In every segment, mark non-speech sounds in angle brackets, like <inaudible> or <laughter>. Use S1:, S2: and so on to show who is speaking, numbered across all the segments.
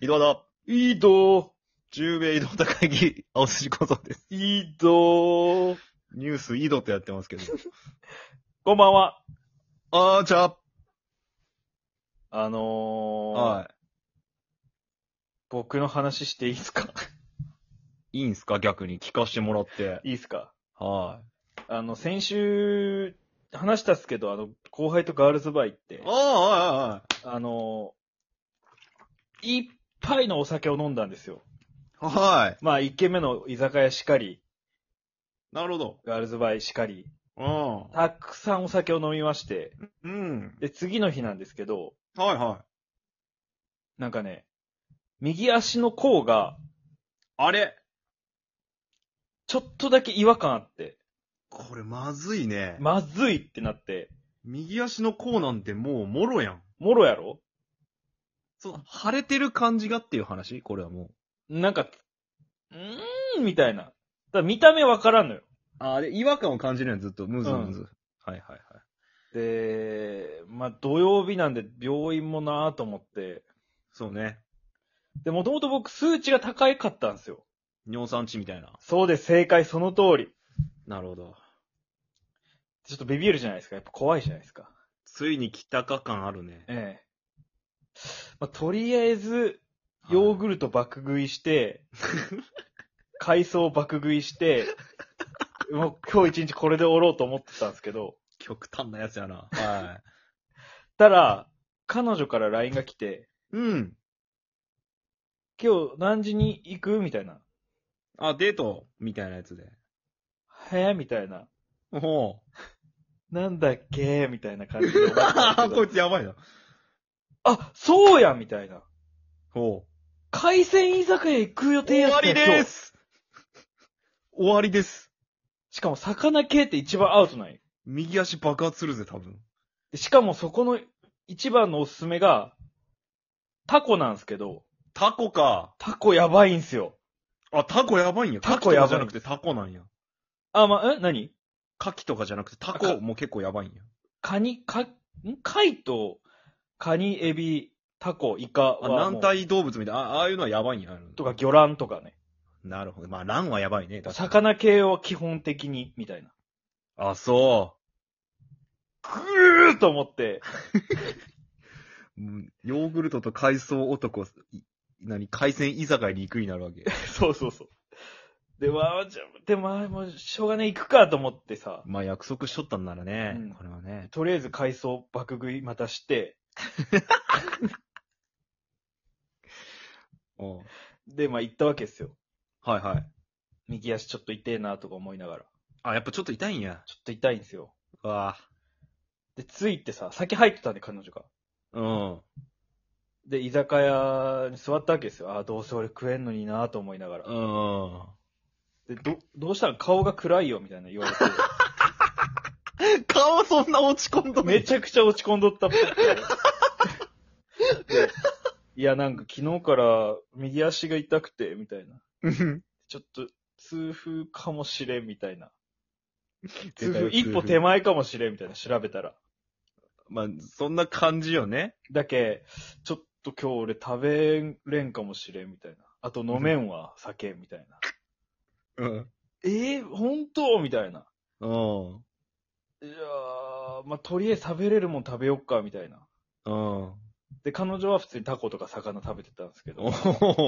S1: 移動の、
S2: 井戸、
S1: 中米移動高木、 <laughs> 青筋小僧です。
S2: 井戸。
S1: ニュース移動ってやってますけど。
S2: こんばんは。
S1: <laughs> あーちゃ、
S2: あのー、
S1: は
S2: 僕の話していいですか <laughs>
S1: い。いいんすか逆に聞かしてもらって。
S2: いいですか
S1: は
S2: あの、先週、話したっすけど、あの、後輩とガールズバー行って
S1: い。あー、、はい、はい。
S2: あのー、いっぱいのお酒を飲んだんですよ。
S1: は
S2: まあ、一軒目の居酒屋しかり、
S1: い。なるほど。
S2: ガールズバーしかり、たくさんお酒を飲みまして、
S1: うん。うん。
S2: で、次の日なんですけど、
S1: はいはい。
S2: なんかね、右足の甲が、
S1: あれ
S2: ちょっとだけ違和感あって、
S1: これまずいね。
S2: まずいってなって、
S1: 右足の甲なんてもうもろやん。
S2: もろやろ
S1: その、腫れてる感じがっていう話これはもう。
S2: なんか、うーん、みたいな。だから見た目わからんのよ。
S1: あーで、違和感を感じるやん、ずっと。ムズムズ。
S2: う
S1: はいはいはい。
S2: で、まあ、土曜日なんで病院もなぁと思って。
S1: そうね。
S2: で、もともと僕数値が高かったんですよ。
S1: 尿酸値みたいな。
S2: そうです、正解その通り。
S1: なるほど。
S2: ちょっとビビるじゃないですか。やっぱ怖いじゃないですか。
S1: ついに来たか感あるね。
S2: ええ。まあ、とりあえず、ヨーグルト爆食いして、海藻爆食いして、もう今日一日これでおろうと思ってたんですけど、
S1: 極端なやつや <laughs> な。は
S2: たら、彼女から LINE が来て、
S1: い。うん。
S2: 今日何時に行くみたいな。
S1: あ、デートみたいなやつで。
S2: へえみたいな。
S1: お
S2: なんだっけみたいな感じで思ってたん
S1: あ
S2: で
S1: <laughs>
S2: す
S1: こい
S2: けど。
S1: つやばいな。
S2: あ、そうやみたいな。
S1: ほ
S2: 海鮮居酒屋行く予
S1: う。
S2: 定
S1: 終
S2: やっ
S1: わ
S2: た
S1: り
S2: よ
S1: で
S2: 今日
S1: す <laughs> 終わりです。
S2: しかも魚系って一番アウトない。
S1: 右足爆発するぜ、多分。
S2: でしかもそこの一番のおすすめが、タコなんですけど、
S1: タコか。
S2: タコやばいんすよ。
S1: あ、タコやばいんや。
S2: タコやばい
S1: じゃなくてタコなんや。
S2: あ、まあ、え何
S1: カキとかじゃなくてタ
S2: あ
S1: コ
S2: か
S1: も結構やばいんや。
S2: カニ、カ、ん貝と、カニ、エビ、タコ、イカ
S1: あ、
S2: はもう
S1: 軟体動物みたいな。あああいうのはやばいんや。
S2: とか魚卵とかね。
S1: なるほど。まあ、ランはやばいね。確かに
S2: 魚系は基本的に、みたいな。
S1: あ、そ
S2: ぐーっと思って、
S1: ううん。ヨーグルトと海藻男、い何、海鮮居酒屋に行くになるわ <laughs> け。
S2: <laughs> そうそうそう。で、まあ、じゃあで、まあ、もう、しょうがねえ、行くかと思ってさ、
S1: まあ約束しとったんならね、
S2: うん
S1: これはね。
S2: とりあえず海藻爆食いまたして、
S1: お
S2: で、まあ、行ったわけですよ。
S1: はいはい。
S2: 右足ちょっと痛えなとか思いながら。
S1: あ、やっぱちょっと痛いんや。
S2: ちょっと痛いんですよ。
S1: わ
S2: で、ついてさ、先入ってたんで、彼女が。
S1: あ。うん。
S2: で、居酒屋に座ったわけですよ。ああ、どうせ俺食えんのになと思いながら。
S1: うん。
S2: で、ど、どうしたら顔が暗いよ、みたいな言われて。
S1: <laughs> 顔そんな落ち込んど
S2: <laughs> めちゃくちゃ落ち込んどったっぽくてでいや、なんか昨日から右足が痛くて、みたいな。
S1: <laughs>
S2: ちょっと、痛風かもしれん、みたいな。痛風、一歩手。前かもしれん、みたいな、調べたら。
S1: まあ、そんな感じよね。
S2: だけ、ちょっと今日俺食べれんかもしれん、みたいな。あと飲めんわ、酒、みたい
S1: う
S2: な。
S1: ん。
S2: えー、本当みたいな。
S1: うん。
S2: いやー、まあ、とりあえず食べれるもん食べよっか、みたいな。
S1: うん。
S2: で、彼女は普通にタコとか魚食べてたんですけど
S1: お。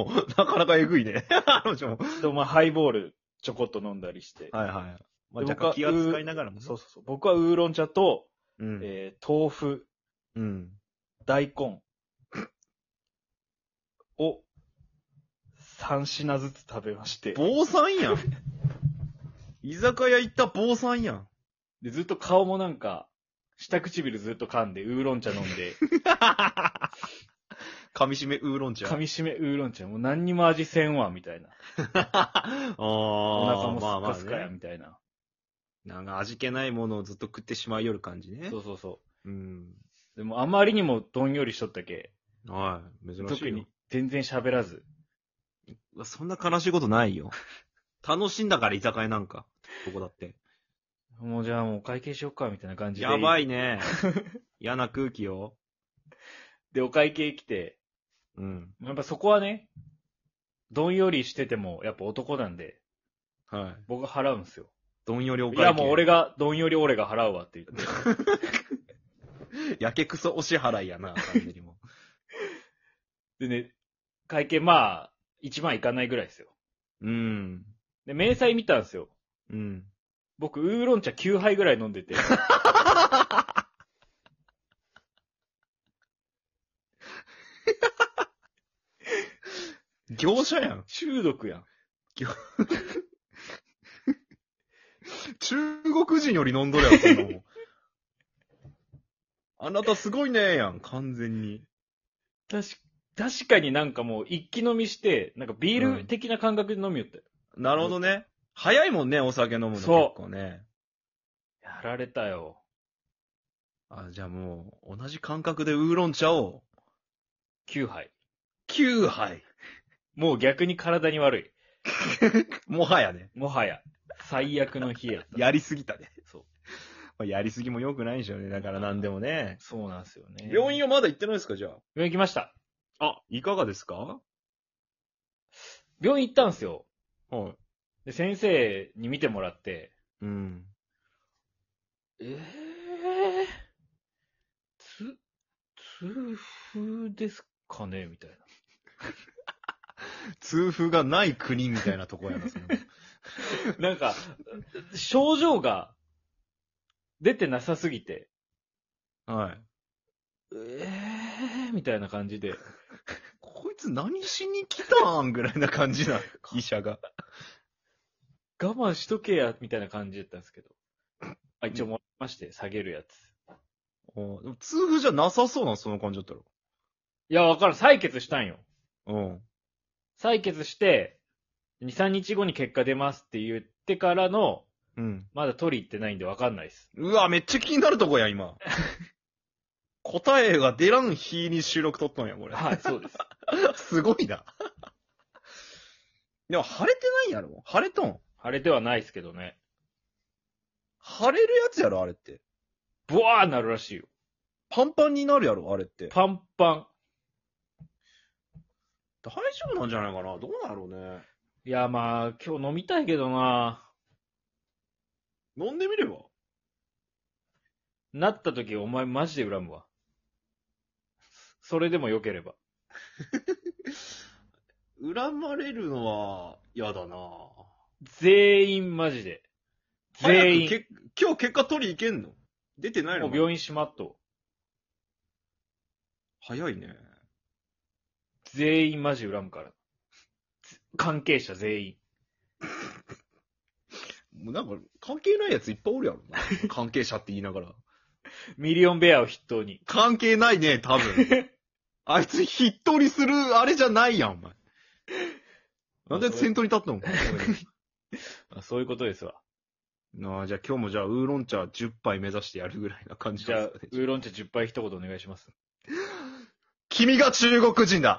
S1: おなかなかえぐいね。彼女も
S2: でもまあ、ハイボールちょこっと飲んだりして。
S1: はいはい。まあ、
S2: で
S1: 若干気
S2: 僕は
S1: は使いながらもね。
S2: そうそうそう。僕はウーロン茶と、
S1: うん。
S2: えー豆腐、
S1: うん。
S2: 大根を3品ずつ食べまして。
S1: 坊さんや <laughs> ん。居酒屋行った坊さんやん。
S2: で、ずっと顔もなんか、下唇ずっと噛んで、ウーロン茶飲ん
S1: <laughs>
S2: で、
S1: 噛み締 <laughs> めウーロン茶。
S2: 噛み締めウーロン茶、もう何にも味せんわ、みたいな。
S1: ああ。
S2: お腹もす
S1: まあ
S2: っ
S1: まあ
S2: かすかや、
S1: ね
S2: みたいな。
S1: なんか味気ないものをずっと食ってしまいよる感じね
S2: そ。うそうそ
S1: うん。
S2: う。でもあまりにもどんよりしとったけ、
S1: はい。珍しい。
S2: 特に。全然喋らず。
S1: そんな悲しいことないよ。 <laughs> 楽しんだから居酒屋なんか。ここだって。
S2: もうじゃあもうお会計しよっか、みたいな感じ
S1: <laughs>
S2: で。
S1: やば <laughs>
S2: い。
S1: いね。嫌な空気よ。
S2: で、お会計来て、
S1: うん。
S2: やっぱそこはね、どんよりしてても、やっぱ男なんで、
S1: はい。
S2: 僕が払うんですよ。
S1: どんよりお会
S2: い
S1: 計。
S2: や、もう俺が、どんより俺が払うわって言って。
S1: やけくそお支払いやな、完全にも
S2: でね、会計まあ、1万いかないぐらいですよ。
S1: <laughs> う。うん。
S2: で、明細見たんですよ。
S1: うん。
S2: 僕、ウーロン茶9杯ぐらい飲ん
S1: <laughs>
S2: でて。
S1: 業者やん。
S2: 中毒やん。
S1: 中国人より飲んどるやん、そんな
S2: <laughs>
S1: もん。あなたすごいねやん、完全に。
S2: 確か、確かになんかもう、一気飲みして、なんかビール的な感覚で飲みよったよ。
S1: なるほどね。早いもんね、お酒飲むの結
S2: そう
S1: 構ね。
S2: やられたよ。
S1: あ、じゃあもう、同じ感覚でウーロン茶を、
S2: 9杯。
S1: 9杯。
S2: もう逆に体に悪
S1: もはやね。
S2: い。もはや。最悪の日やった。
S1: やりすぎたね。
S2: そう。
S1: まあやりすぎも良くないでしょうね。だから何でもね。
S2: そうなんですよね。
S1: 病院はまだ行ってないですか、じゃ
S2: 病院行きました。
S1: あ。あ、いかがですか
S2: 病院行ったんですよ。
S1: はい。
S2: で、先生に見てもらって、
S1: うん。
S2: ええつ、痛風ですかねみたいな。
S1: 痛風がない国みたいなとこやな、
S2: <laughs>
S1: その。
S2: なんか、症状が出てなさすぎて、
S1: はい。
S2: ええみたいな感じで、
S1: こいつ何しに来たんぐらいな感じな、医者が。
S2: 我慢しとけや、みたいな感じだったんですけど。あ、一応もらいまして、下げるやつ。
S1: おでも痛風じゃなさそうな、その感じだったら。
S2: いや、わからん。採血したんよ。
S1: うん。
S2: 採血して、2、3日後に結果出ますって言ってからの、
S1: うん。
S2: まだ取り行ってないんでわかんないです。
S1: うわ、めっちゃ気になるとこや、今。答えが出らん日に収録撮ったんや、これ。
S2: はい、そうです。
S1: すごいな。でも、腫れてないやろ腫れとん。
S2: 腫れてはないですけどね。
S1: 腫れるやつやろ、あれって。
S2: ブワーなるらしいよ。
S1: パンパンになるやろ、あれって。
S2: パンパン。
S1: 大丈夫なんじゃないかなどうなんやろうね。
S2: いや、まあ、今日飲みたいけどな。
S1: 飲んでみれば。
S2: なった時、お前マジで恨むわ。それでも良ければ。
S1: 恨まれるのは、嫌だな
S2: 全員マジで。全員。
S1: 早くけ今日結果取り行けんの出てない
S2: も
S1: の
S2: う病院しまっと
S1: 早いね。
S2: う。全員マジ恨むから。つ関係者全員。
S1: もうなんか、関係ないやついっぱいおるやろな。 <laughs> 関係者って言いながら。
S2: ミリオンベアを筆頭に。
S1: 関係ないね、多
S2: <laughs>
S1: 分。あいつ、ひっとりする、あれじゃないやん、お前。なんであいつ先頭に立ったの
S2: あそういうことですわ。
S1: <laughs> なあ、じゃあ今日もじゃあ、ウーロン茶10杯目指してやるぐらいな感じ
S2: じゃ
S1: な
S2: あ
S1: んですか、ね
S2: ウーロン茶10杯一言お願いします。
S1: 君が中国人だ